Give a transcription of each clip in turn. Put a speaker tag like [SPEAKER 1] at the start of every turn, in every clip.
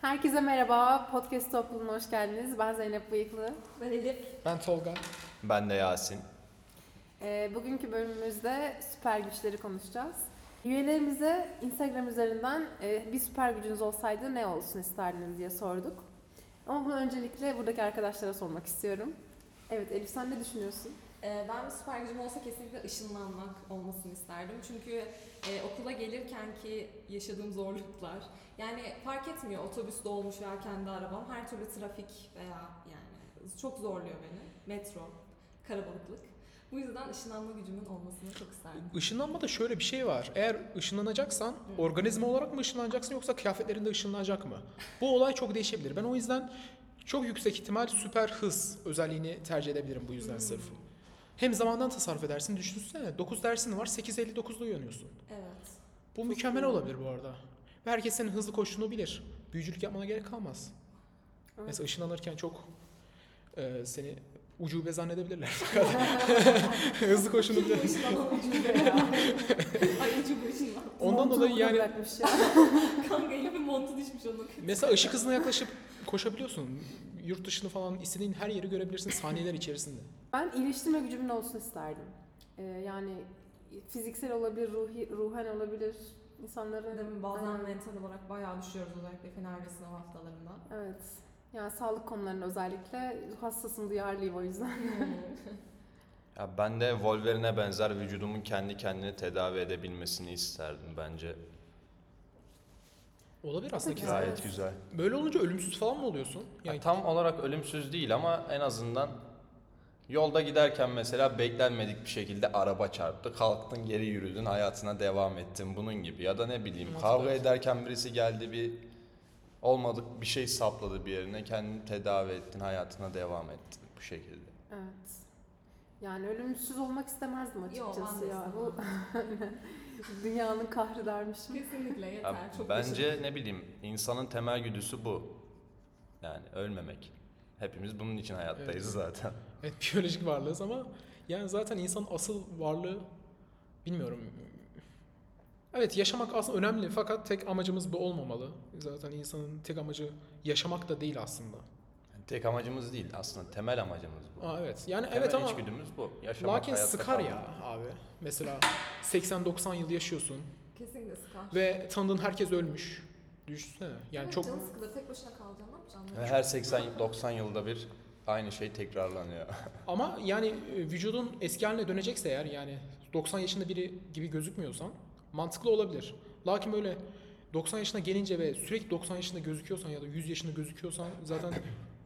[SPEAKER 1] Herkese merhaba, Podcast Topluluğu'na hoş geldiniz. Ben Zeynep Bıyıklı.
[SPEAKER 2] Ben Elif.
[SPEAKER 3] Ben Tolga.
[SPEAKER 4] Ben de Yasin.
[SPEAKER 1] Ee, bugünkü bölümümüzde süper güçleri konuşacağız. Üyelerimize Instagram üzerinden e, bir süper gücünüz olsaydı ne olsun isterdiniz diye sorduk. Ama bunu öncelikle buradaki arkadaşlara sormak istiyorum. Evet Elif sen ne düşünüyorsun?
[SPEAKER 2] Ee, ben bir süper gücüm olsa kesinlikle ışınlanmak olmasını isterdim. Çünkü e, okula gelirken ki yaşadığım zorluklar. Yani fark etmiyor otobüs dolmuş veya kendi arabam. Her türlü trafik veya yani çok zorluyor beni. Metro, karabalıklık. Bu yüzden ışınlanma gücümün olmasını çok isterdim.
[SPEAKER 3] Işınlanmada şöyle bir şey var. Eğer ışınlanacaksan organizma olarak mı ışınlanacaksın yoksa kıyafetlerinde ışınlanacak mı? Bu olay çok değişebilir. Ben o yüzden çok yüksek ihtimal süper hız özelliğini tercih edebilirim bu yüzden sırf. Hem zamandan tasarruf edersin. Düşünsene 9 dersin var 8.59'da uyanıyorsun.
[SPEAKER 2] Evet.
[SPEAKER 3] Bu mükemmel olabilir bu arada. Ve herkes senin hızlı koştuğunu bilir. Büyücülük yapmana gerek kalmaz.
[SPEAKER 1] Evet.
[SPEAKER 3] Mesela ışınlanırken çok e, seni ucube zannedebilirler. hızlı koştuğunu
[SPEAKER 2] Kim
[SPEAKER 3] bilir.
[SPEAKER 2] bu ışınlanma gücü be ya? Ay ucu bu ışınlanma.
[SPEAKER 3] Ondan
[SPEAKER 1] Montunu
[SPEAKER 3] dolayı
[SPEAKER 1] burada
[SPEAKER 3] yani
[SPEAKER 1] bırakmış ya.
[SPEAKER 2] Kanka Elif'in montu düşmüş onun.
[SPEAKER 3] Mesela ışık hızına yaklaşıp koşabiliyorsun. Yurt dışını falan istediğin her yeri görebilirsin saniyeler içerisinde.
[SPEAKER 1] Ben iyileştirme gücümün olsun isterdim. Ee, yani fiziksel olabilir, ruhi, ruhen olabilir. İnsanların
[SPEAKER 2] Değil mi? Bazen
[SPEAKER 1] Aynen.
[SPEAKER 2] mental olarak bayağı düşüyoruz özellikle Fener'de sınav haftalarında.
[SPEAKER 1] Evet. Yani sağlık konularında özellikle hassasım, duyarlıyım o yüzden.
[SPEAKER 4] Ya ben de Wolverine'e benzer vücudumun kendi kendini tedavi edebilmesini isterdim bence.
[SPEAKER 3] Olabilir aslında
[SPEAKER 1] Peki.
[SPEAKER 3] kesin.
[SPEAKER 1] Gayet
[SPEAKER 4] Gayet güzel.
[SPEAKER 3] Böyle olunca ölümsüz falan mı oluyorsun? Yani
[SPEAKER 4] tam olarak ölümsüz değil ama en azından yolda giderken mesela beklenmedik bir şekilde araba çarptı. Kalktın geri yürüdün hayatına devam ettin bunun gibi. Ya da ne bileyim
[SPEAKER 3] Evet,
[SPEAKER 4] kavga
[SPEAKER 3] evet.
[SPEAKER 4] ederken birisi geldi bir olmadık bir şey sapladı bir yerine. Kendini tedavi ettin hayatına devam ettin bu şekilde.
[SPEAKER 1] Evet. Yani ölümsüz olmak istemezdim
[SPEAKER 2] Yo, ben
[SPEAKER 1] açıkçası
[SPEAKER 2] de
[SPEAKER 1] ya.
[SPEAKER 2] istemem.
[SPEAKER 1] Bu dünyanın kahrı dermişim.
[SPEAKER 2] Kesinlikle yeter.
[SPEAKER 4] Ya
[SPEAKER 2] çok
[SPEAKER 4] bence
[SPEAKER 2] teşekkür-
[SPEAKER 4] ne bileyim insanın temel güdüsü bu. Yani ölmemek. Hepimiz bunun için hayattayız zaten.
[SPEAKER 3] evet, biyolojik varlığız ama yani zaten insan asıl varlığı bilmiyorum. Evet yaşamak aslında önemli fakat tek amacımız bu olmamalı. Zaten insanın tek amacı yaşamak da değil aslında.
[SPEAKER 4] Tek amacımız değil aslında temel amacımız bu.
[SPEAKER 3] Aa evet. Yani
[SPEAKER 4] temel
[SPEAKER 3] evet ama
[SPEAKER 4] içgüdümüz bu. Yaşamak,
[SPEAKER 3] lakin
[SPEAKER 4] hayatta
[SPEAKER 3] sıkar
[SPEAKER 4] kalmak.
[SPEAKER 3] ya abi. Mesela 80-90 yıl yaşıyorsun.
[SPEAKER 2] Kesinlikle sıkar.
[SPEAKER 3] Ve tanıdığın herkes ölmüş. Düşünsene. Yani
[SPEAKER 2] Evet,
[SPEAKER 3] çok
[SPEAKER 2] Canı sıkılır. Tek başına kalacağım. Ne yapacağım?
[SPEAKER 4] Ve her 80-90 yılda bir aynı şey tekrarlanıyor.
[SPEAKER 3] ama yani e, vücudun eski haline dönecekse eğer yani 90 yaşında biri gibi gözükmüyorsan mantıklı olabilir. Lakin böyle 90 yaşına gelince ve sürekli 90 yaşında gözüküyorsan ya da 100 yaşında gözüküyorsan zaten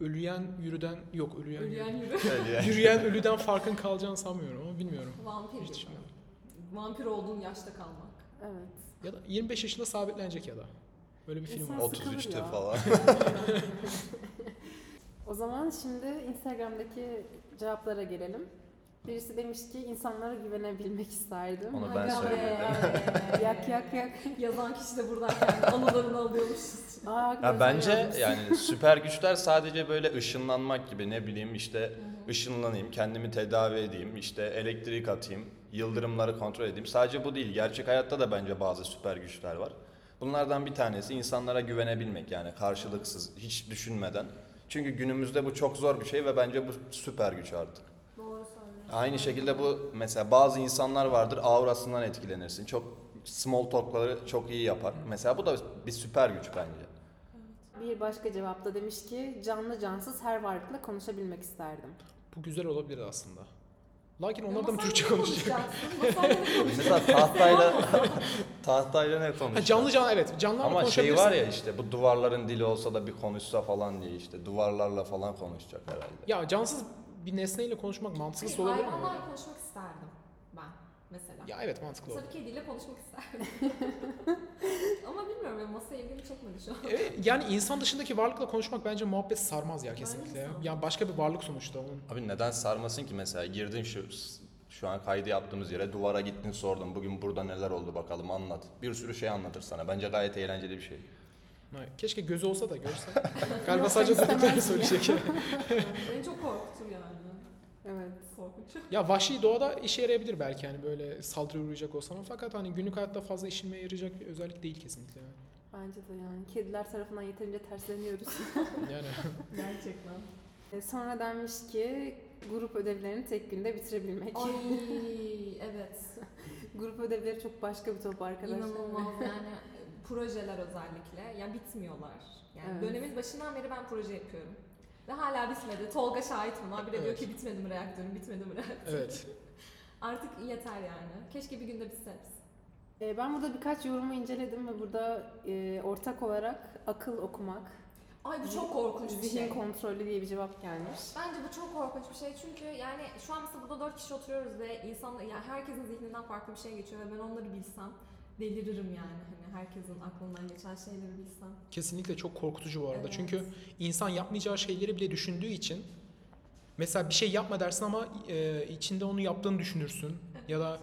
[SPEAKER 3] ölüyen yürüden yok ölüyen,
[SPEAKER 2] Ölüyen
[SPEAKER 3] yürüden-
[SPEAKER 2] yürü.
[SPEAKER 4] Öyle yani.
[SPEAKER 3] yürüyen ölüden farkın kalacağını sanmıyorum ama bilmiyorum.
[SPEAKER 2] Vampir
[SPEAKER 3] Hiç
[SPEAKER 2] gibi.
[SPEAKER 3] düşünmedim.
[SPEAKER 2] Vampir olduğun yaşta kalmak.
[SPEAKER 1] Evet.
[SPEAKER 3] Ya da 25 yaşında sabitlenecek ya da. Böyle bir film
[SPEAKER 1] İnsan
[SPEAKER 3] var.
[SPEAKER 1] sıkılır ya.
[SPEAKER 4] 33'te falan.
[SPEAKER 1] O zaman şimdi Instagram'daki cevaplara gelelim. Birisi demiş ki insanlara güvenebilmek isterdim.
[SPEAKER 4] Onu
[SPEAKER 1] Hadi
[SPEAKER 4] ben
[SPEAKER 1] be.
[SPEAKER 4] söyledim.
[SPEAKER 1] Yak yak yak.
[SPEAKER 2] Yazan kişi de buradan kendi anılarını alıyormuşuz.
[SPEAKER 1] Aa,
[SPEAKER 4] Ya
[SPEAKER 1] gözlerim
[SPEAKER 4] bence
[SPEAKER 1] yanmış.
[SPEAKER 4] yani süper güçler sadece böyle ışınlanmak gibi ne bileyim işte ışınlanayım, kendimi tedavi edeyim, işte elektrik atayım, yıldırımları kontrol edeyim. Sadece bu değil. Gerçek hayatta da bence bazı süper güçler var. Bunlardan bir tanesi insanlara güvenebilmek yani karşılıksız, hiç düşünmeden. Çünkü günümüzde bu çok zor bir şey ve bence bu süper güç artık.
[SPEAKER 2] Doğru söylüyorsun.
[SPEAKER 4] Aynı şekilde bu mesela bazı insanlar vardır aurasından etkilenirsin. Çok small talk'ları çok iyi yapar. Mesela bu da bir süper güç bence.
[SPEAKER 1] Bir başka cevapta demiş ki canlı cansız her varlıkla konuşabilmek isterdim.
[SPEAKER 3] Bu güzel olabilir aslında. Lakin
[SPEAKER 2] Ya
[SPEAKER 3] onlar da mı
[SPEAKER 2] masal
[SPEAKER 3] Türkçe
[SPEAKER 2] ne
[SPEAKER 3] konuşuyor?
[SPEAKER 2] konuşacaksın? Masal ne konuşacaksın?
[SPEAKER 4] Mesela tahtayla tahtayla ne
[SPEAKER 3] Ha,
[SPEAKER 4] konuşuyor?
[SPEAKER 3] canlı canlı evet. Canlı
[SPEAKER 4] Ama şey
[SPEAKER 3] konuşabilirsin.
[SPEAKER 4] var ya işte bu duvarların dili olsa da bir konuşsa falan diye işte duvarlarla falan konuşacak herhalde.
[SPEAKER 3] Ya cansız bir nesneyle konuşmak mantıksız olabilir mi?
[SPEAKER 2] Hayvanlarla konuşmak isterdim ben mesela.
[SPEAKER 3] Ya evet mantıklı olur.
[SPEAKER 2] Tabii kediyle konuşmak isterdim. Ama bilmiyorum ya masaya ilgimi çekmedi şu an.
[SPEAKER 3] Evet, yani insan dışındaki varlıkla konuşmak bence muhabbet sarmaz ya kesinlikle.
[SPEAKER 2] sarmaz.
[SPEAKER 3] Ya başka bir varlık sonuçta onun.
[SPEAKER 4] Abi neden sarmasın ki mesela girdin şu şu an kaydı yaptığımız yere duvara gittin sordun bugün burada neler oldu bakalım anlat. Bir sürü şey anlatır sana. Bence gayet eğlenceli bir şey.
[SPEAKER 3] Hayır, Hani Keşke gözü olsa da görse. Galiba sadece dediklerini söyleyecek.
[SPEAKER 2] Beni çok korkutur yani.
[SPEAKER 1] Evet.
[SPEAKER 2] Korkunç.
[SPEAKER 3] ya vahşi doğada işe yarayabilir belki hani böyle saldırı uğrayacak olsan fakat hani günlük hayatta fazla işinmeye yarayacak bir özellik değil kesinlikle. yani.
[SPEAKER 1] Bence de yani kediler tarafından yeterince tersleniyoruz.
[SPEAKER 3] Yani
[SPEAKER 2] Gerçekten.
[SPEAKER 1] E, Sonra denmiş ki grup ödevlerini tek günde bitirebilmek.
[SPEAKER 2] Ay evet.
[SPEAKER 1] grup ödevleri çok başka bir top arkadaşlar.
[SPEAKER 2] İnanılmaz yani projeler özellikle. Yani bitmiyorlar. Yani
[SPEAKER 1] Evet.
[SPEAKER 2] dönemin başından beri ben proje yapıyorum. Ve hala bitmedi. Tolga şahit buna. Bir de diyor
[SPEAKER 3] Evet.
[SPEAKER 2] ki bitmedi mi reaktörüm, bitmedi mi reaktörüm.
[SPEAKER 3] evet.
[SPEAKER 2] Artık yeter yani. Keşke bir günde bitse hepsi.
[SPEAKER 1] E, Ben burada birkaç yorumu inceledim ve burada e, ortak olarak akıl okumak,
[SPEAKER 2] Ay bu çok korkunç bir
[SPEAKER 1] zihin
[SPEAKER 2] şey.
[SPEAKER 1] kontrolü diye bir cevap gelmiş.
[SPEAKER 2] Bence bu çok korkunç bir şey çünkü yani şu an mesela burada dört kişi oturuyoruz ve insan yani herkesin zihninden farklı bir şey geçiyor ve ben onları bilsem deliririm yani hani herkesin aklından geçen şeyleri bilsem.
[SPEAKER 3] Kesinlikle çok korkutucu bu arada.
[SPEAKER 2] Evet.
[SPEAKER 3] Çünkü insan yapmayacağı şeyleri bile düşündüğü için mesela bir şey yapma dersin ama e, içinde onu yaptığını düşünürsün. Ya da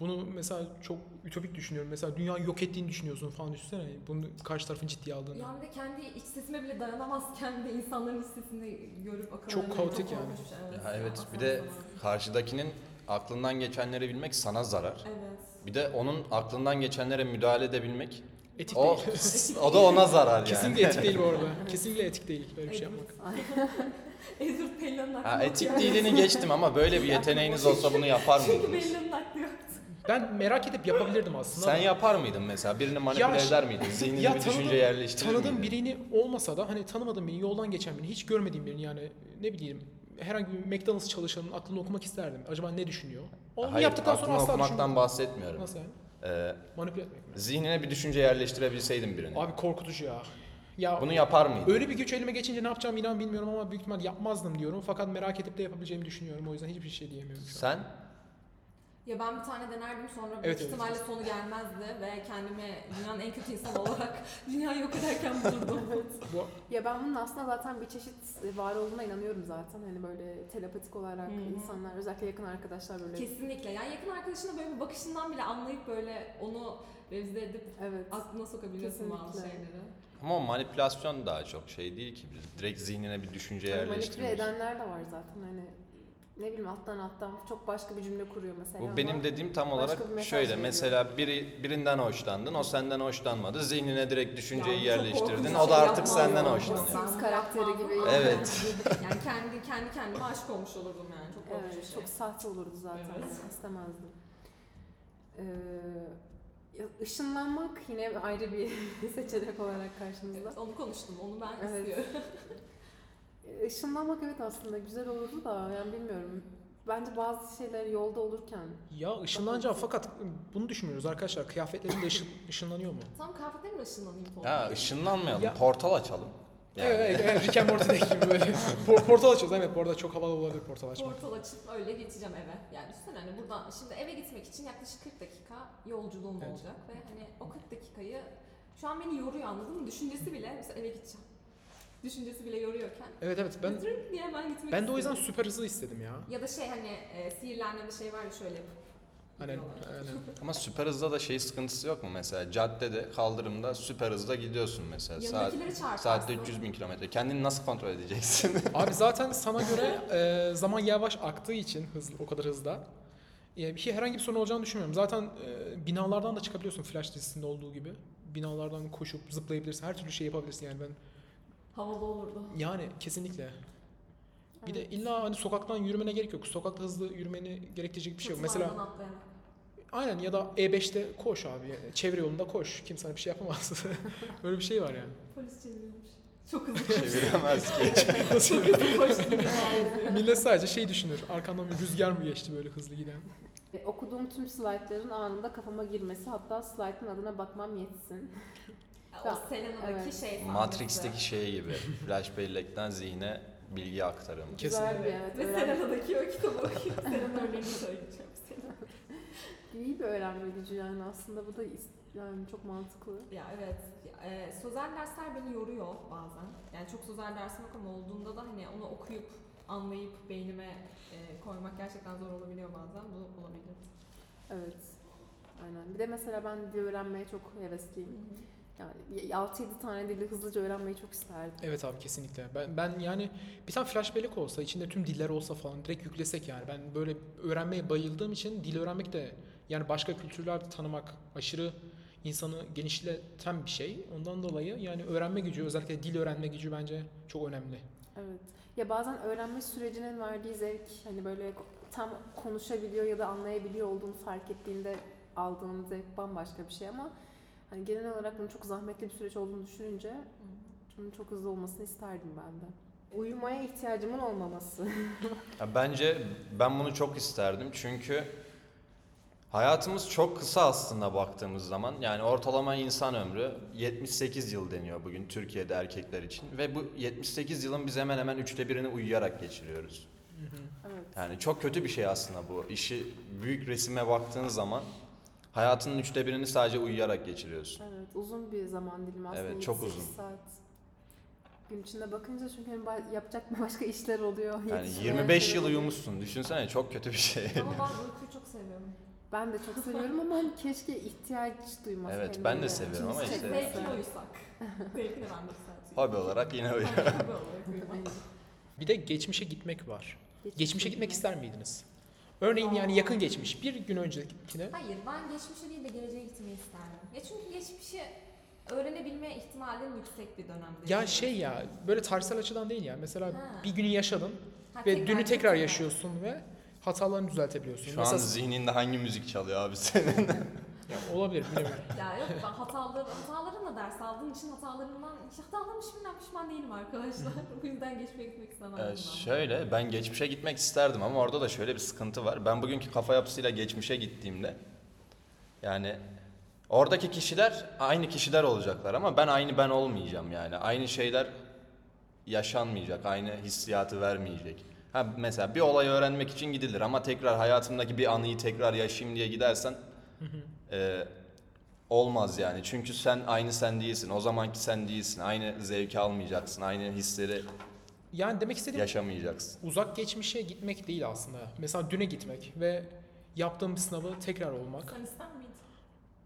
[SPEAKER 3] bunu mesela çok ütopik düşünüyorum. Mesela dünyayı yok ettiğini düşünüyorsun falan düşünsene. Bunu karşı tarafın ciddiye aldığını.
[SPEAKER 2] Yani bir de kendi iç sesime bile dayanamazken de insanların iç sesini görüp akıllarına
[SPEAKER 3] Çok kaotik yani.
[SPEAKER 2] korkunç bir şey.
[SPEAKER 4] Ya evet
[SPEAKER 2] Aslında
[SPEAKER 4] bir de
[SPEAKER 2] zaman.
[SPEAKER 4] karşıdakinin aklından geçenleri bilmek sana zarar.
[SPEAKER 2] Evet.
[SPEAKER 4] Bir de onun aklından geçenlere müdahale edebilmek
[SPEAKER 3] Etik
[SPEAKER 4] o
[SPEAKER 3] değil.
[SPEAKER 4] o da ona zarar Oh. yani.
[SPEAKER 3] Kesinlikle etik değil bu arada. Kesinlikle etik değil böyle bir şey yapmak.
[SPEAKER 2] Ezur Pelin'in aklına
[SPEAKER 4] Ha, etik
[SPEAKER 2] bakıyor.
[SPEAKER 4] değilini geçtim ama böyle bir yeteneğiniz olsa bunu yapar
[SPEAKER 2] Çünkü
[SPEAKER 4] mıydınız?
[SPEAKER 2] Pelin'in aklı yoktu.
[SPEAKER 3] Ben merak edip yapabilirdim aslında.
[SPEAKER 4] Sen
[SPEAKER 3] ama-
[SPEAKER 4] yapar mıydın mesela? Birini manipüle
[SPEAKER 3] Ya-
[SPEAKER 4] eder miydin? Zihnine
[SPEAKER 3] Ya
[SPEAKER 4] bir
[SPEAKER 3] tanıdığım-
[SPEAKER 4] düşünce yerleştirir
[SPEAKER 3] Tanıdığım
[SPEAKER 4] miydin?
[SPEAKER 3] birini olmasa da hani tanımadığım birini, yoldan geçen birini, hiç görmediğim birini yani ne bileyim herhangi bir McDonald's çalışanının aklını okumak isterdim. Acaba ne düşünüyor? Onu
[SPEAKER 4] Hayır,
[SPEAKER 3] yaptıktan sonra
[SPEAKER 4] aklını
[SPEAKER 3] asla
[SPEAKER 4] okumaktan
[SPEAKER 3] düşünmem.
[SPEAKER 4] bahsetmiyorum.
[SPEAKER 3] Nasıl yani?
[SPEAKER 4] Ee,
[SPEAKER 3] Manipüle etmek mi?
[SPEAKER 4] zihnine bir düşünce yerleştirebilseydin birini.
[SPEAKER 3] Abi korkutucu ya. Ya
[SPEAKER 4] Bunu yapar mıydın?
[SPEAKER 3] öyle bir güç elime geçince ne yapacağımı inan bilmiyorum ama büyük ihtimal yapmazdım diyorum. Fakat merak edip de yapabileceğimi düşünüyorum. O yüzden hiçbir şey diyemiyorum şu an.
[SPEAKER 4] Sen?
[SPEAKER 2] Ya ben bir tane denerdim sonra büyük
[SPEAKER 3] Evet, evet.
[SPEAKER 2] ihtimalle sonu gelmezdi ve kendimi dünyanın en kötü insanı olarak dünyayı yok ederken bulurdum.
[SPEAKER 3] Bu
[SPEAKER 1] Ya ben bunun aslında zaten bir çeşit e, var olduğuna inanıyorum zaten. Hani böyle telepatik olarak
[SPEAKER 2] Hı hı.
[SPEAKER 1] insanlar özellikle yakın arkadaşlar böyle.
[SPEAKER 2] Kesinlikle. Yani yakın arkadaşına böyle bir bakışından bile anlayıp böyle onu revize edip
[SPEAKER 1] Evet.
[SPEAKER 2] aklına sokabiliyorsun bazı
[SPEAKER 1] Kesinlikle.
[SPEAKER 2] şeyleri.
[SPEAKER 4] Ama o manipülasyon daha çok şey değil ki. Direkt zihnine bir düşünce
[SPEAKER 1] Hani manipüle
[SPEAKER 4] yerleştirmek.
[SPEAKER 1] edenler de var zaten hani ne bileyim alttan alttan çok başka bir cümle kuruyor mesela.
[SPEAKER 4] Bu
[SPEAKER 1] ama-
[SPEAKER 4] benim dediğim tam
[SPEAKER 1] başka
[SPEAKER 4] olarak
[SPEAKER 1] bir mesaj
[SPEAKER 4] şöyle.
[SPEAKER 1] veriyor.
[SPEAKER 4] Mesela biri birinden hoşlandın, o senden hoşlanmadı. Zihnine direkt düşünceyi
[SPEAKER 2] Yani çok
[SPEAKER 4] yerleştirdin.
[SPEAKER 2] korkunç
[SPEAKER 4] O
[SPEAKER 2] bir
[SPEAKER 4] da
[SPEAKER 2] şey
[SPEAKER 4] artık
[SPEAKER 2] yapmaz
[SPEAKER 4] senden
[SPEAKER 2] yani.
[SPEAKER 4] hoşlanıyor.
[SPEAKER 1] Sims
[SPEAKER 2] Ben
[SPEAKER 1] karakteri
[SPEAKER 2] yapmam.
[SPEAKER 1] gibi.
[SPEAKER 4] Evet.
[SPEAKER 2] yani kendi kendi kendime aşık olmuş olurdum yani. Çok korkunç bir
[SPEAKER 1] Evet,
[SPEAKER 2] şey.
[SPEAKER 1] çok sahte olurdu zaten.
[SPEAKER 2] Evet.
[SPEAKER 1] yani, istemezdim. Ee, ya ışınlanmak yine ayrı bir seçenek olarak karşımızda.
[SPEAKER 2] Evet, onu konuştum. Onu ben
[SPEAKER 1] Evet.
[SPEAKER 2] istiyorum.
[SPEAKER 1] Ee, Işınlanmak evet aslında güzel olurdu da yani bilmiyorum. Bence bazı şeyler yolda olurken
[SPEAKER 3] ya ışınlanacağım fakat bunu düşünmüyoruz arkadaşlar. Kıyafetlerim de ışın, ışınlanıyor mu?
[SPEAKER 2] Tam kahvede mi ışınlanayım Tolga?
[SPEAKER 4] Ya ışınlanmayalım,
[SPEAKER 3] Ya-
[SPEAKER 4] portal açalım. Yani.
[SPEAKER 3] Evet, evet, evet, Rick and Morty'deki gibi böyle. Por- portal açıyoruz evet. Bu arada çok havalı olabilir portal açmak.
[SPEAKER 2] Portal açıp öyle geçeceğim eve. Yani düşünsene hani buradan şimdi eve gitmek için yaklaşık 40 dakika yolculuğum
[SPEAKER 3] Evet.
[SPEAKER 2] olacak ve hani o 40 dakikayı şu an beni yoruyor anladın mı? Düşüncesi bile mesela eve gideceğim. Düşüncesi bile yoruyorken
[SPEAKER 3] Evet evet ben
[SPEAKER 2] götürün diye ben gitmek
[SPEAKER 3] ben de o yüzden
[SPEAKER 2] istiyorum.
[SPEAKER 3] süper hızlı istedim ya.
[SPEAKER 2] ya da şey hani e, sihirlenme bir şey var ya şöyle yapıp
[SPEAKER 3] Aynen,
[SPEAKER 2] gidiyorlar.
[SPEAKER 3] Hani, aynen.
[SPEAKER 4] Ama süper hızda da şey sıkıntısı yok mu mesela? Caddede, kaldırımda süper hızda gidiyorsun mesela. Saat,
[SPEAKER 2] Yanındakileri çarparsın.
[SPEAKER 4] saatte 300 bin kilometre. Kendini nasıl kontrol edeceksin?
[SPEAKER 3] Abi zaten sana göre e, zaman yavaş aktığı için hızlı, o kadar hızda. E, bir şey herhangi bir sorun olacağını düşünmüyorum. Zaten e, binalardan da çıkabiliyorsun Flash dizisinde olduğu gibi. Binalardan koşup zıplayabilirsin. Her türlü şey yapabilirsin yani ben.
[SPEAKER 2] Havalı olurdu.
[SPEAKER 3] Yani kesinlikle. Bir de illa hani sokaktan yürümene gerek yok. Sokakta hızlı yürümeni gerektirecek bir şey yok. Mesela
[SPEAKER 2] Fırtınadan atlayarak.
[SPEAKER 3] aynen ya da E5'te koş abi. Yani Çevre yolunda koş. Kimse sana bir şey yapamaz. Böyle bir şey var yani.
[SPEAKER 2] polis çeviriyormuş. Çok hızlı
[SPEAKER 4] Çeviremez Şey ki.
[SPEAKER 2] çok hızlı koştum. yani.
[SPEAKER 3] Millet sadece şey düşünür. Arkandan bir rüzgar mı geçti böyle hızlı giden?
[SPEAKER 1] e, okuduğum tüm slaytların anında kafama girmesi hatta slaytın adına bakmam yetsin.
[SPEAKER 2] O Selena'daki
[SPEAKER 1] Evet.
[SPEAKER 2] şey sahnesi.
[SPEAKER 4] Matrix'teki şey gibi. Flash bellekten zihne bilgi aktarımı.
[SPEAKER 1] Güzel bir
[SPEAKER 3] Kesinlikle.
[SPEAKER 1] evet.
[SPEAKER 2] Ve
[SPEAKER 1] öğren-
[SPEAKER 2] Selena'daki o kitabı okuyup Selena örneğini söyleyeceğim. Selena.
[SPEAKER 1] İyi bir öğrenme gücü yani aslında bu da is- yani çok mantıklı.
[SPEAKER 2] Ya evet. Ya, e, sözel dersler beni yoruyor bazen. Yani çok sözel dersim yok ama olduğunda da hani onu okuyup anlayıp beynime e, koymak gerçekten zor olabiliyor bazen. Bu olabilir.
[SPEAKER 1] Evet. Aynen. Bir de mesela ben dil öğrenmeye çok hevesliyim. Yani 6-7 tane dili hızlıca öğrenmeyi çok isterdim.
[SPEAKER 3] Evet abi kesinlikle. Ben, ben yani bir tane flash bellek olsa, içinde tüm diller olsa falan direkt yüklesek yani. Ben böyle öğrenmeye bayıldığım için dil öğrenmek de yani başka kültürler tanımak aşırı insanı genişleten bir şey. Ondan dolayı yani öğrenme gücü özellikle dil öğrenme gücü bence çok önemli.
[SPEAKER 1] Evet. Ya bazen öğrenme sürecinin verdiği zevk hani böyle tam konuşabiliyor ya da anlayabiliyor olduğunu fark ettiğinde aldığın zevk bambaşka bir şey ama hani genel olarak bunun çok zahmetli bir süreç olduğunu düşününce bunun çok hızlı olmasını isterdim ben de. Uyumaya ihtiyacımın olmaması.
[SPEAKER 4] Ya bence ben bunu çok isterdim çünkü hayatımız çok kısa aslında baktığımız zaman. Yani ortalama insan ömrü 78 yıl deniyor bugün Türkiye'de erkekler için ve bu 78 yılın biz hemen hemen üçte birini uyuyarak geçiriyoruz.
[SPEAKER 1] evet.
[SPEAKER 4] Yani çok kötü bir şey aslında bu. İşi büyük resime baktığın zaman hayatının üçte birini sadece uyuyarak geçiriyorsun.
[SPEAKER 1] Evet, uzun bir zaman dilimi aslında.
[SPEAKER 4] Evet, çok
[SPEAKER 1] 7-8
[SPEAKER 4] uzun.
[SPEAKER 1] saat. Gün içinde bakınca çünkü hani ba- yapacak başka işler oluyor.
[SPEAKER 4] Yani
[SPEAKER 1] yetişmeye
[SPEAKER 4] 25
[SPEAKER 1] şeyler
[SPEAKER 4] yıl
[SPEAKER 1] oluyor.
[SPEAKER 4] uyumuşsun. Düşünsene çok kötü bir şey.
[SPEAKER 2] Ama ben uykuyu çok seviyorum.
[SPEAKER 1] Ben de çok seviyorum ama hani keşke ihtiyaç duymasaydım.
[SPEAKER 4] Evet, ben de seviyorum ama
[SPEAKER 1] Kimse
[SPEAKER 4] işte-
[SPEAKER 1] çekmese.
[SPEAKER 2] Zevkine uyusak. Zevkine ben de bir saat
[SPEAKER 4] Hobi olarak yine uyuyor.
[SPEAKER 2] uyuyorum. Hobi olarak uyumak.
[SPEAKER 3] Bir de geçmişe gitmek var.
[SPEAKER 1] Geçmişe
[SPEAKER 3] Geçmişe gitmek ister miydiniz? Örneğin yani yakın geçmiş bir gün öncekine
[SPEAKER 2] Hayır ben geçmişe değil de geleceğe gitmeyi isterdim. Ya çünkü geçmişi öğrenebilme ihtimalin yüksek bir dönemde.
[SPEAKER 3] ya şey ya böyle tarihsel açıdan değil ya. Mesela
[SPEAKER 2] Ha.
[SPEAKER 3] bir günü yaşadın
[SPEAKER 2] Ha,
[SPEAKER 3] ve dünü tekrar yaşıyorsun ve hatalarını düzeltebiliyorsun.
[SPEAKER 4] Şu an
[SPEAKER 3] Mesela
[SPEAKER 4] zihninde hangi müzik çalıyor abi senin?
[SPEAKER 3] Ya olabilir bilemiyorum.
[SPEAKER 2] Ya yok ben hataları, hatalarımla ders aldığım için hatalarımdan hiç hatalarımdan pişman değilim arkadaşlar. Bu yüzden geçmeye gitmek istemem.
[SPEAKER 4] Ee, şöyle ben geçmişe gitmek isterdim ama orada da şöyle bir sıkıntı var. Ben bugünkü kafa yapısıyla geçmişe gittiğimde yani oradaki kişiler aynı kişiler olacaklar ama ben aynı ben olmayacağım yani. Aynı şeyler yaşanmayacak, aynı hissiyatı vermeyecek. Ha, mesela bir olay öğrenmek için gidilir ama tekrar hayatımdaki bir anıyı tekrar yaşayayım diye gidersen e, olmaz yani. Çünkü sen aynı sen değilsin. O zamanki sen değilsin. Aynı zevki almayacaksın. Aynı hisleri
[SPEAKER 3] Yani demek istediğim
[SPEAKER 4] yaşamayacaksın.
[SPEAKER 3] uzak geçmişe gitmek değil aslında. Mesela düne gitmek ve yaptığım bir sınavı tekrar olmak.
[SPEAKER 2] Sen ister miydin?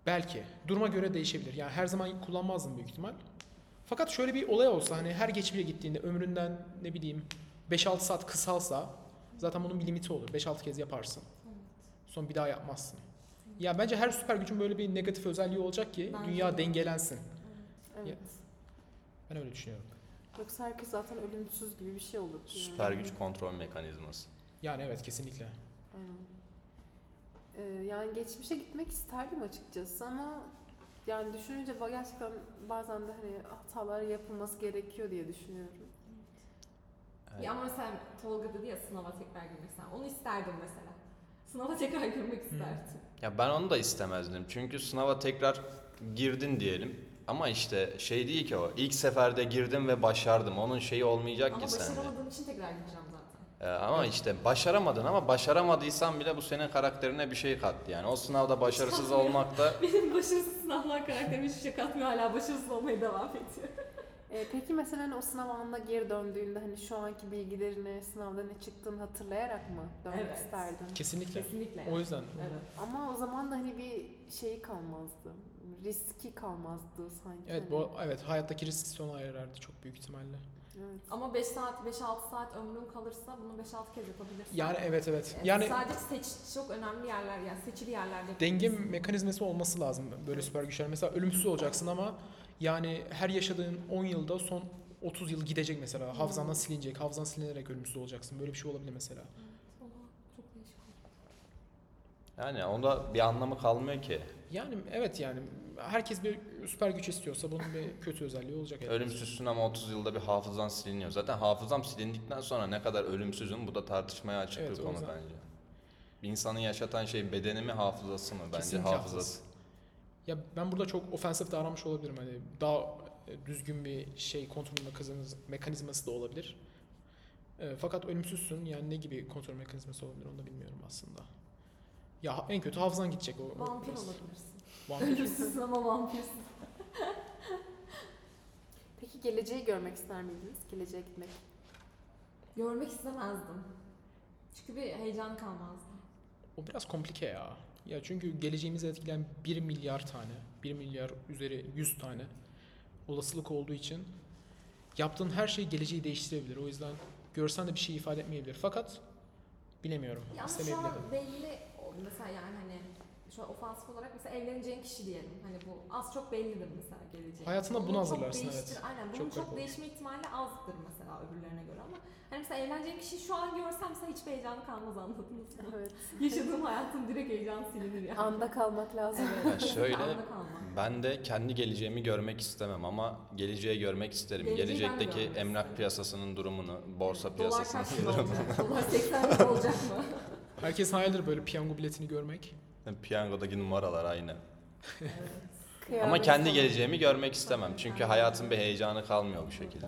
[SPEAKER 3] Belki. Duruma göre değişebilir. Yani her zaman kullanmazdım büyük ihtimal. Fakat şöyle bir olay olsa hani her geçmişe gittiğinde ömründen ne bileyim 5-6 saat kısalsa zaten bunun bir limiti olur. 5-6 kez yaparsın. Sonra bir daha yapmazsın. Ya bence her süper gücün böyle bir negatif özelliği olacak ki
[SPEAKER 2] Bence
[SPEAKER 3] dünya
[SPEAKER 2] de.
[SPEAKER 3] dengelensin.
[SPEAKER 1] Evet.
[SPEAKER 3] Ben öyle düşünüyorum.
[SPEAKER 1] Yoksa herkes zaten ölümsüz gibi bir şey olur. Yani.
[SPEAKER 4] Süper güç kontrol mekanizması.
[SPEAKER 3] Yani evet kesinlikle.
[SPEAKER 1] Aynen. Ee, yani geçmişe gitmek isterdim açıkçası ama yani düşününce ba- gerçekten bazen de hani hatalar yapılması gerekiyor diye düşünüyorum.
[SPEAKER 4] Evet.
[SPEAKER 2] Ya ama mesela Tolga dedi ya sınava tekrar girmek isterdim. Onu isterdim mesela. Sınava tekrar girmek isterdim.
[SPEAKER 4] Ya ben onu da istemezdim. Çünkü sınava tekrar girdin diyelim. Ama işte şey değil ki o. İlk seferde girdim ve başardım. Onun şeyi olmayacak
[SPEAKER 2] Ama
[SPEAKER 4] ki sende.
[SPEAKER 2] başaramadığım için tekrar gireceğim zaten.
[SPEAKER 4] Ee, ama işte başaramadın ama başaramadıysan bile bu senin karakterine bir şey kattı. Yani o sınavda başarısız
[SPEAKER 2] Katmıyor.
[SPEAKER 4] olmak da
[SPEAKER 2] Benim başarısız sınavlar karakterime hiçbir şey katmıyor. Hala başarısız olmaya devam ediyor.
[SPEAKER 1] Ee, peki mesela hani o sınav anına geri döndüğünde hani şu anki bilgilerini, sınavda ne çıktığını hatırlayarak mı dönmek
[SPEAKER 2] Evet.
[SPEAKER 1] isterdin?
[SPEAKER 3] Kesinlikle.
[SPEAKER 2] Kesinlikle.
[SPEAKER 3] O yüzden.
[SPEAKER 2] Evet.
[SPEAKER 1] Ama o zaman da hani bir şeyi kalmazdı. Riski kalmazdı sanki.
[SPEAKER 3] Evet
[SPEAKER 1] hani.
[SPEAKER 3] bu evet hayattaki risk sona ayırardı çok büyük ihtimalle.
[SPEAKER 1] Evet.
[SPEAKER 2] Ama 5 saat, 5-6 saat ömrün kalırsa bunu 5-6 kez yapabilirsin.
[SPEAKER 3] Yani evet evet.
[SPEAKER 2] Evet,
[SPEAKER 3] Yani
[SPEAKER 2] sadece seç çok önemli yerler yani seçili yerlerde.
[SPEAKER 3] denge mekanizması olması lazım böyle süper güçler. Mesela ölümsüz olacaksın ama yani her yaşadığın 10 yılda son 30 yıl gidecek
[SPEAKER 2] Hmm.
[SPEAKER 3] mesela. Hafızandan silinecek. Hafızan silinerek ölümsüz olacaksın. Böyle bir şey olabilir mesela.
[SPEAKER 2] Oha, çok değişik oldu.
[SPEAKER 4] yani onda bir anlamı kalmıyor ki.
[SPEAKER 3] Yani evet yani herkes bir süper güç istiyorsa bunun bir kötü özelliği olacak. elbette.
[SPEAKER 4] Ölümsüzsün ama 30 yılda bir hafızan siliniyor. Zaten hafızam silindikten sonra ne kadar ölümsüzüm bu da tartışmaya açık
[SPEAKER 3] Evet,
[SPEAKER 4] bir
[SPEAKER 3] o
[SPEAKER 4] konu
[SPEAKER 3] yüzden.
[SPEAKER 4] bence. Bir insanı yaşatan şey bedeni mi hafızası mı? Bence
[SPEAKER 3] Kesinlikle
[SPEAKER 4] hafızası.
[SPEAKER 3] Ya ben burada çok ofensif davranmış olabilirim. Hani daha e, düzgün bir şey kontrol mekanizması- mekanizması da olabilir. E, fakat ölümsüzsün yani ne gibi kontrol mekanizması olabilir onu da bilmiyorum aslında. Ya en kötü hafızan gidecek o. o-
[SPEAKER 2] Vampir
[SPEAKER 3] orası.
[SPEAKER 2] olabilirsin.
[SPEAKER 3] Vampir.
[SPEAKER 2] Ölümsüzsün ama vampirsin.
[SPEAKER 1] Peki geleceği görmek ister miydiniz? Geleceğe gitmek.
[SPEAKER 2] Görmek istemezdim. Çünkü bir heyecan kalmazdı.
[SPEAKER 3] o biraz komplike ya. Ya çünkü geleceğimizi etkileyen 1 milyar tane, 1 milyar üzeri 100 tane olasılık olduğu için yaptığın her şey geleceği değiştirebilir. O yüzden görsen de bir şey ifade etmeyebilir. Fakat bilemiyorum.
[SPEAKER 2] Ya ama şu
[SPEAKER 3] İstemeyebilirim.
[SPEAKER 2] an belli o- mesela yani hani şu an ofansif olarak mesela evleneceğin kişi diyelim. Hani bu az çok bellidir mesela geleceği.
[SPEAKER 3] Hayatında bunu
[SPEAKER 2] çok
[SPEAKER 3] hazırlarsın, evet.
[SPEAKER 2] değiştir- Aynen bunun
[SPEAKER 3] Çok
[SPEAKER 2] çok,
[SPEAKER 3] garip
[SPEAKER 2] değişme ihtimali azdır mesela öbürlerine göre ama hani mesela evleneceğin kişi şu an görsem mesela hiçbir heyecanı kalmaz anladınız mı?
[SPEAKER 1] Evet.
[SPEAKER 2] Yaşadığım hayatın direkt heyecanı silinir yani.
[SPEAKER 1] Anda kalmak lazım.
[SPEAKER 4] Ya şöyle,
[SPEAKER 2] Anda kalmak.
[SPEAKER 4] Ben de kendi geleceğimi görmek istemem ama geleceği görmek isterim.
[SPEAKER 2] Geleceği ben de
[SPEAKER 4] Gelecekteki
[SPEAKER 2] görmek
[SPEAKER 4] emlak
[SPEAKER 2] isterim.
[SPEAKER 4] piyasasının durumunu, borsa
[SPEAKER 2] Dolar kaç
[SPEAKER 4] piyasasının
[SPEAKER 2] lira
[SPEAKER 4] durumunu,
[SPEAKER 2] olacak? Dolar 80 lira olacak mı?
[SPEAKER 3] Herkes hayaldir böyle piyango biletini görmek.
[SPEAKER 4] piyangodaki numaralar aynı.
[SPEAKER 2] Evet.
[SPEAKER 4] Ama
[SPEAKER 1] Kıyamet
[SPEAKER 4] kendi
[SPEAKER 1] falan.
[SPEAKER 4] geleceğimi görmek istemem. Çünkü hayatın bir heyecanı kalmıyor bu şekilde.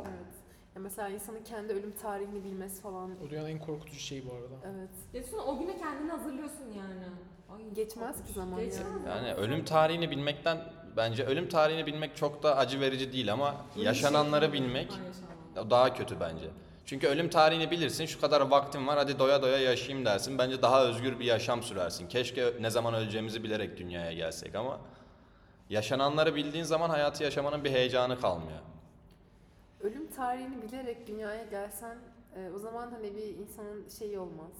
[SPEAKER 1] Evet. Ya mesela insanın kendi ölüm tarihini bilmesi falan.
[SPEAKER 3] O dünyanın en korkutucu şeyi bu arada.
[SPEAKER 1] Evet.
[SPEAKER 2] Ya sonra o güne kendini hazırlıyorsun yani. Ay,
[SPEAKER 1] Geçmez
[SPEAKER 2] korkunç.
[SPEAKER 1] ki zaman
[SPEAKER 2] Geçmez
[SPEAKER 1] yani.
[SPEAKER 4] Yani ölüm tarihini bilmekten bence ölüm tarihini bilmek çok da acı verici değil ama yaşananları bilmek
[SPEAKER 2] Ay, yaşananlar.
[SPEAKER 4] o daha kötü bence. Çünkü ölüm tarihini bilirsin, şu kadar vaktim var, hadi doya doya yaşayayım dersin. Bence daha özgür bir yaşam sürersin. Keşke ne zaman öleceğimizi bilerek dünyaya gelsek ama yaşananları bildiğin zaman hayatı yaşamanın bir heyecanı kalmıyor.
[SPEAKER 1] Ölüm tarihini bilerek dünyaya gelsen e, o zaman hani bir insanın şeyi olmaz.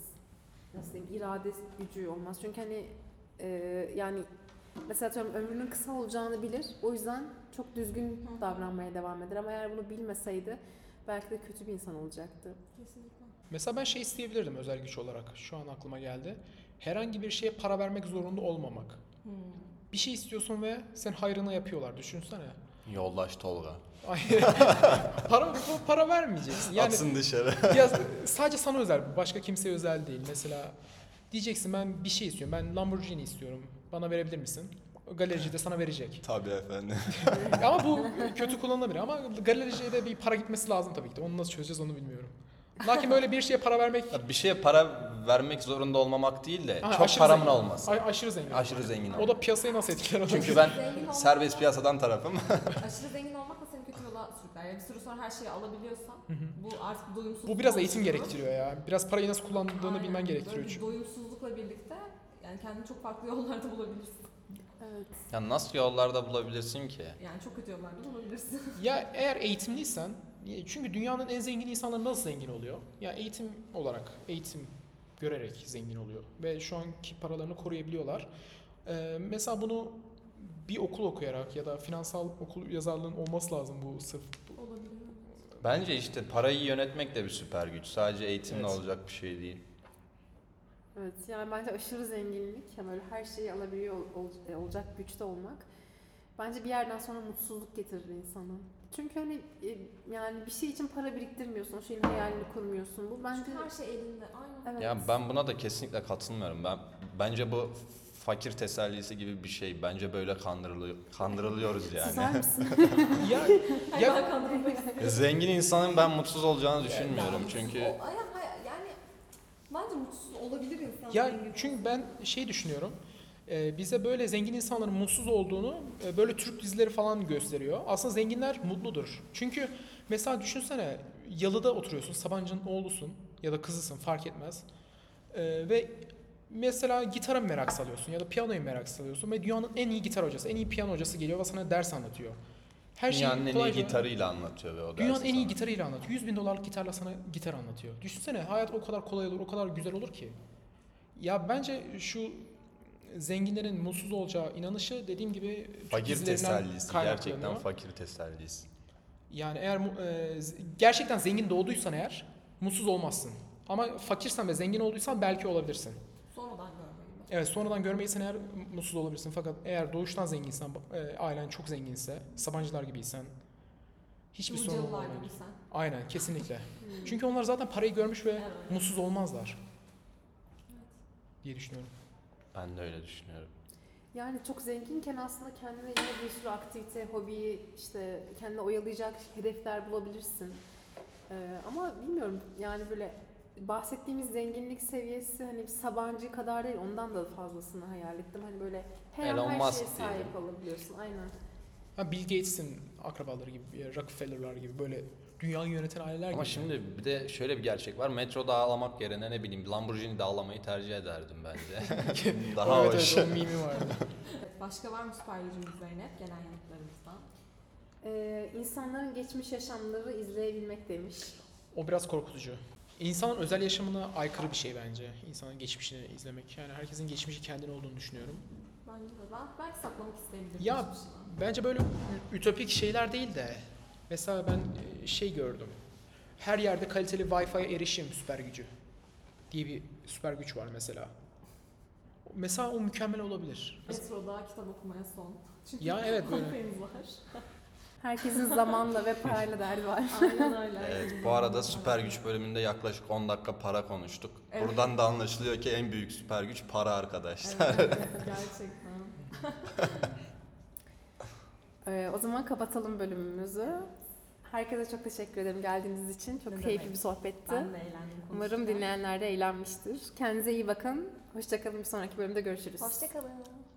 [SPEAKER 1] Nasıl diyeyim irade gücü olmaz. Çünkü hani e, yani mesela atıyorum ömrünün kısa olacağını bilir. O yüzden çok düzgün
[SPEAKER 2] Hı hı.
[SPEAKER 1] davranmaya devam eder. Ama eğer bunu bilmeseydi belki de kötü bir insan olacaktı.
[SPEAKER 2] Kesinlikle.
[SPEAKER 3] Mesela ben şey isteyebilirdim özel güç olarak. Şu an aklıma geldi. Herhangi bir şeye para vermek zorunda olmamak.
[SPEAKER 2] Hmm.
[SPEAKER 3] Bir şey istiyorsun ve sen hayrına yapıyorlar. Düşünsene.
[SPEAKER 4] Yoldaş Tolga.
[SPEAKER 3] Ay, para, para vermeyeceksin. Yani
[SPEAKER 4] Atsın dışarı.
[SPEAKER 3] Ya sadece sana özel bu. Başka kimseye özel değil. Mesela diyeceksin ben bir şey istiyorum. Ben Lamborghini istiyorum. Bana verebilir misin? O Galerici de sana verecek.
[SPEAKER 4] Tabii efendim.
[SPEAKER 3] ama bu kötü kullanılabilir. Ama galericiye de bir para gitmesi lazım tabii ki de. Onu nasıl çözeceğiz onu bilmiyorum. Lakin böyle bir şeye para vermek
[SPEAKER 4] Ya Bir şeye para vermek zorunda olmamak değil de
[SPEAKER 3] Ha,
[SPEAKER 4] çok
[SPEAKER 3] aşırı
[SPEAKER 4] paramın
[SPEAKER 3] zengin.
[SPEAKER 4] olması.
[SPEAKER 3] a- aşırı zengin.
[SPEAKER 4] Aşırı zengin
[SPEAKER 3] O
[SPEAKER 4] olmak.
[SPEAKER 3] da piyasayı nasıl etkiler olabilir?
[SPEAKER 4] Çünkü ben
[SPEAKER 2] Zengin olmak-
[SPEAKER 4] serbest piyasadan tarafım.
[SPEAKER 2] Aşırı zengin olmak da seni kötü yola sürükler. Yani bir süre sonra her şeyi alabiliyorsan
[SPEAKER 3] Hı hı.
[SPEAKER 2] bu artık doyumsuzluk.
[SPEAKER 3] bu biraz eğitim
[SPEAKER 2] oluşuyor.
[SPEAKER 3] gerektiriyor ya. Biraz parayı nasıl kullandığını
[SPEAKER 2] Aynen.
[SPEAKER 3] bilmen gerektiriyor
[SPEAKER 2] Böyle bir
[SPEAKER 3] çünkü.
[SPEAKER 2] Doyumsuzlukla birlikte yani kendini çok farklı yollarda bulabilirsin.
[SPEAKER 1] Evet.
[SPEAKER 4] Ya nasıl yollarda bulabilirsin ki?
[SPEAKER 2] Yani çok kötü yollarda bulabilirsin.
[SPEAKER 3] Ya eğer eğitimliysen çünkü dünyanın en zengin insanları nasıl zengin oluyor? Ya eğitim olarak, eğitim görerek zengin oluyor ve şu anki paralarını koruyabiliyorlar. Ee, mesela bunu bir okul okuyarak ya da finansal okul yazarlığın olması lazım bu sırf.
[SPEAKER 2] Olabilir.
[SPEAKER 4] Bence işte parayı yönetmek de bir süper güç. Sadece eğitimle
[SPEAKER 3] Evet.
[SPEAKER 4] olacak bir şey değil.
[SPEAKER 1] Evet yani bence aşırı zenginlik yani böyle her şeyi alabiliyor ol- ol- e, olacak güçte olmak bence bir yerden sonra mutsuzluk getirir insana. Çünkü hani e, yani bir şey için para biriktirmiyorsun, o şeyin hayalini kurmuyorsun. Bu bence
[SPEAKER 2] Çünkü her şey elinde. Aynen.
[SPEAKER 1] evet.
[SPEAKER 4] Ya ben buna da kesinlikle katılmıyorum. Ben bence bu fakir tesellisi gibi bir şey. Bence böyle kandırılıyor, kandırılıyoruz yani.
[SPEAKER 1] Susar mısın?
[SPEAKER 3] ya
[SPEAKER 2] Hani
[SPEAKER 3] Ya-
[SPEAKER 2] ben kandırılmak istiyorum.
[SPEAKER 4] Zengin insanın ben mutsuz olacağını düşünmüyorum çünkü
[SPEAKER 2] O- ay- ay- yani bence mutsuz olabilir insan.
[SPEAKER 3] ya
[SPEAKER 2] zengin.
[SPEAKER 3] çünkü ben şey düşünüyorum. e, bize böyle zengin insanların mutsuz olduğunu e, böyle Türk dizileri falan gösteriyor. Aslında zenginler mutludur. Çünkü mesela düşünsene yalıda oturuyorsun, Sabancı'nın oğlusun ya da kızısın fark etmez. E, ve mesela gitara merak salıyorsun ya da piyanoya merak salıyorsun ve dünyanın en iyi gitar hocası, en iyi piyano hocası geliyor ve sana ders anlatıyor. Her şeyi
[SPEAKER 4] dünyanın en iyi
[SPEAKER 3] kolayca-
[SPEAKER 4] gitarıyla anlatıyor ve o
[SPEAKER 3] Dünyanın
[SPEAKER 4] dersi
[SPEAKER 3] en iyi
[SPEAKER 4] sana.
[SPEAKER 3] gitarıyla anlatıyor. 100 bin dolarlık gitarla sana gitar anlatıyor. Düşünsene hayat o kadar kolay olur, o kadar güzel olur ki. Ya bence şu zenginlerin mutsuz olacağı inanışı dediğim gibi Türk
[SPEAKER 4] Fakir
[SPEAKER 3] dizilerinden
[SPEAKER 4] tesellisi gerçekten
[SPEAKER 3] kaynaklanıyor.
[SPEAKER 4] fakir tesellisi.
[SPEAKER 3] Yani eğer mu- e, z- gerçekten zengin doğduysan eğer mutsuz olmazsın. Ama fakirsen ve zengin olduysan belki olabilirsin.
[SPEAKER 2] Sonradan görmeyi.
[SPEAKER 3] Evet sonradan görmeysen eğer mutsuz olabilirsin. Fakat eğer doğuştan zenginsen, e, ailen çok zenginse, Sabancılar gibiysen hiçbir sorun olmaz.
[SPEAKER 2] gibi sen.
[SPEAKER 3] Aynen kesinlikle. Çünkü onlar zaten parayı görmüş ve
[SPEAKER 2] Evet.
[SPEAKER 3] mutsuz olmazlar diye düşünüyorum.
[SPEAKER 4] Ben de öyle düşünüyorum.
[SPEAKER 1] Yani çok zenginken aslında kendine yine bir sürü aktivite, hobi, işte kendine oyalayacak hedefler bulabilirsin. Ee, ama bilmiyorum yani böyle bahsettiğimiz zenginlik seviyesi hani bir Sabancı kadar değil ondan da fazlasını hayal ettim. Hani böyle her an her
[SPEAKER 4] Elon
[SPEAKER 1] şeye
[SPEAKER 4] Musk
[SPEAKER 1] sahip
[SPEAKER 4] diyelim.
[SPEAKER 1] olabiliyorsun. Aynen.
[SPEAKER 3] Ha Bill Gates'in akrabaları gibi, ya Rockefeller'lar gibi böyle dünyayı yöneten aileler
[SPEAKER 4] Ama
[SPEAKER 3] gibi.
[SPEAKER 4] şimdi bir de şöyle bir gerçek var. Metro dağlamak yerine ne bileyim Lamborghini dağlamayı tercih ederdim bence. Daha
[SPEAKER 3] evet,
[SPEAKER 4] hoş.
[SPEAKER 3] Evet, o mimi vardı.
[SPEAKER 2] Evet, Başka var mı süper gücümüz Zeynep gelen yanıtlarımızdan?
[SPEAKER 1] Ee, insanların geçmiş yaşamları izleyebilmek demiş.
[SPEAKER 3] O biraz korkutucu. İnsanın özel yaşamına aykırı bir şey bence. İnsanın geçmişini izlemek. Yani herkesin geçmişi kendine olduğunu düşünüyorum.
[SPEAKER 2] Bence de ben belki saklamak isteyebilirim.
[SPEAKER 3] Ya-
[SPEAKER 2] hiçbir şeyden.
[SPEAKER 3] Bence böyle ü- ütopik şeyler değil de mesela ben e, şey gördüm. Her yerde kaliteli Wi-Fi'ye erişim süper gücü diye bir süper güç var mesela. Mesela o mükemmel olabilir.
[SPEAKER 2] Metroda kitap okumaya son. Çünkü
[SPEAKER 3] Ya evet, böyle.
[SPEAKER 2] kafeniz var.
[SPEAKER 1] Herkesin zamanla ve parayla derdi var.
[SPEAKER 2] Aynen öyle.
[SPEAKER 4] Evet, bu arada süper güç bölümünde yaklaşık 10 dakika para konuştuk.
[SPEAKER 2] Evet.
[SPEAKER 4] Buradan da anlaşılıyor ki en büyük süper güç para arkadaşlar.
[SPEAKER 2] Evet, gerçekten.
[SPEAKER 1] Ee, o zaman kapatalım bölümümüzü. Herkese çok teşekkür ederim geldiğiniz için. Çok
[SPEAKER 2] Ne
[SPEAKER 1] keyifli
[SPEAKER 2] demek.
[SPEAKER 1] bir sohbetti.
[SPEAKER 2] Ben de eğlendim.
[SPEAKER 1] Umarım dinleyenler de eğlenmiştir. Kendinize iyi bakın. Hoşçakalın. Bir sonraki bölümde görüşürüz.
[SPEAKER 5] Hoşçakalın.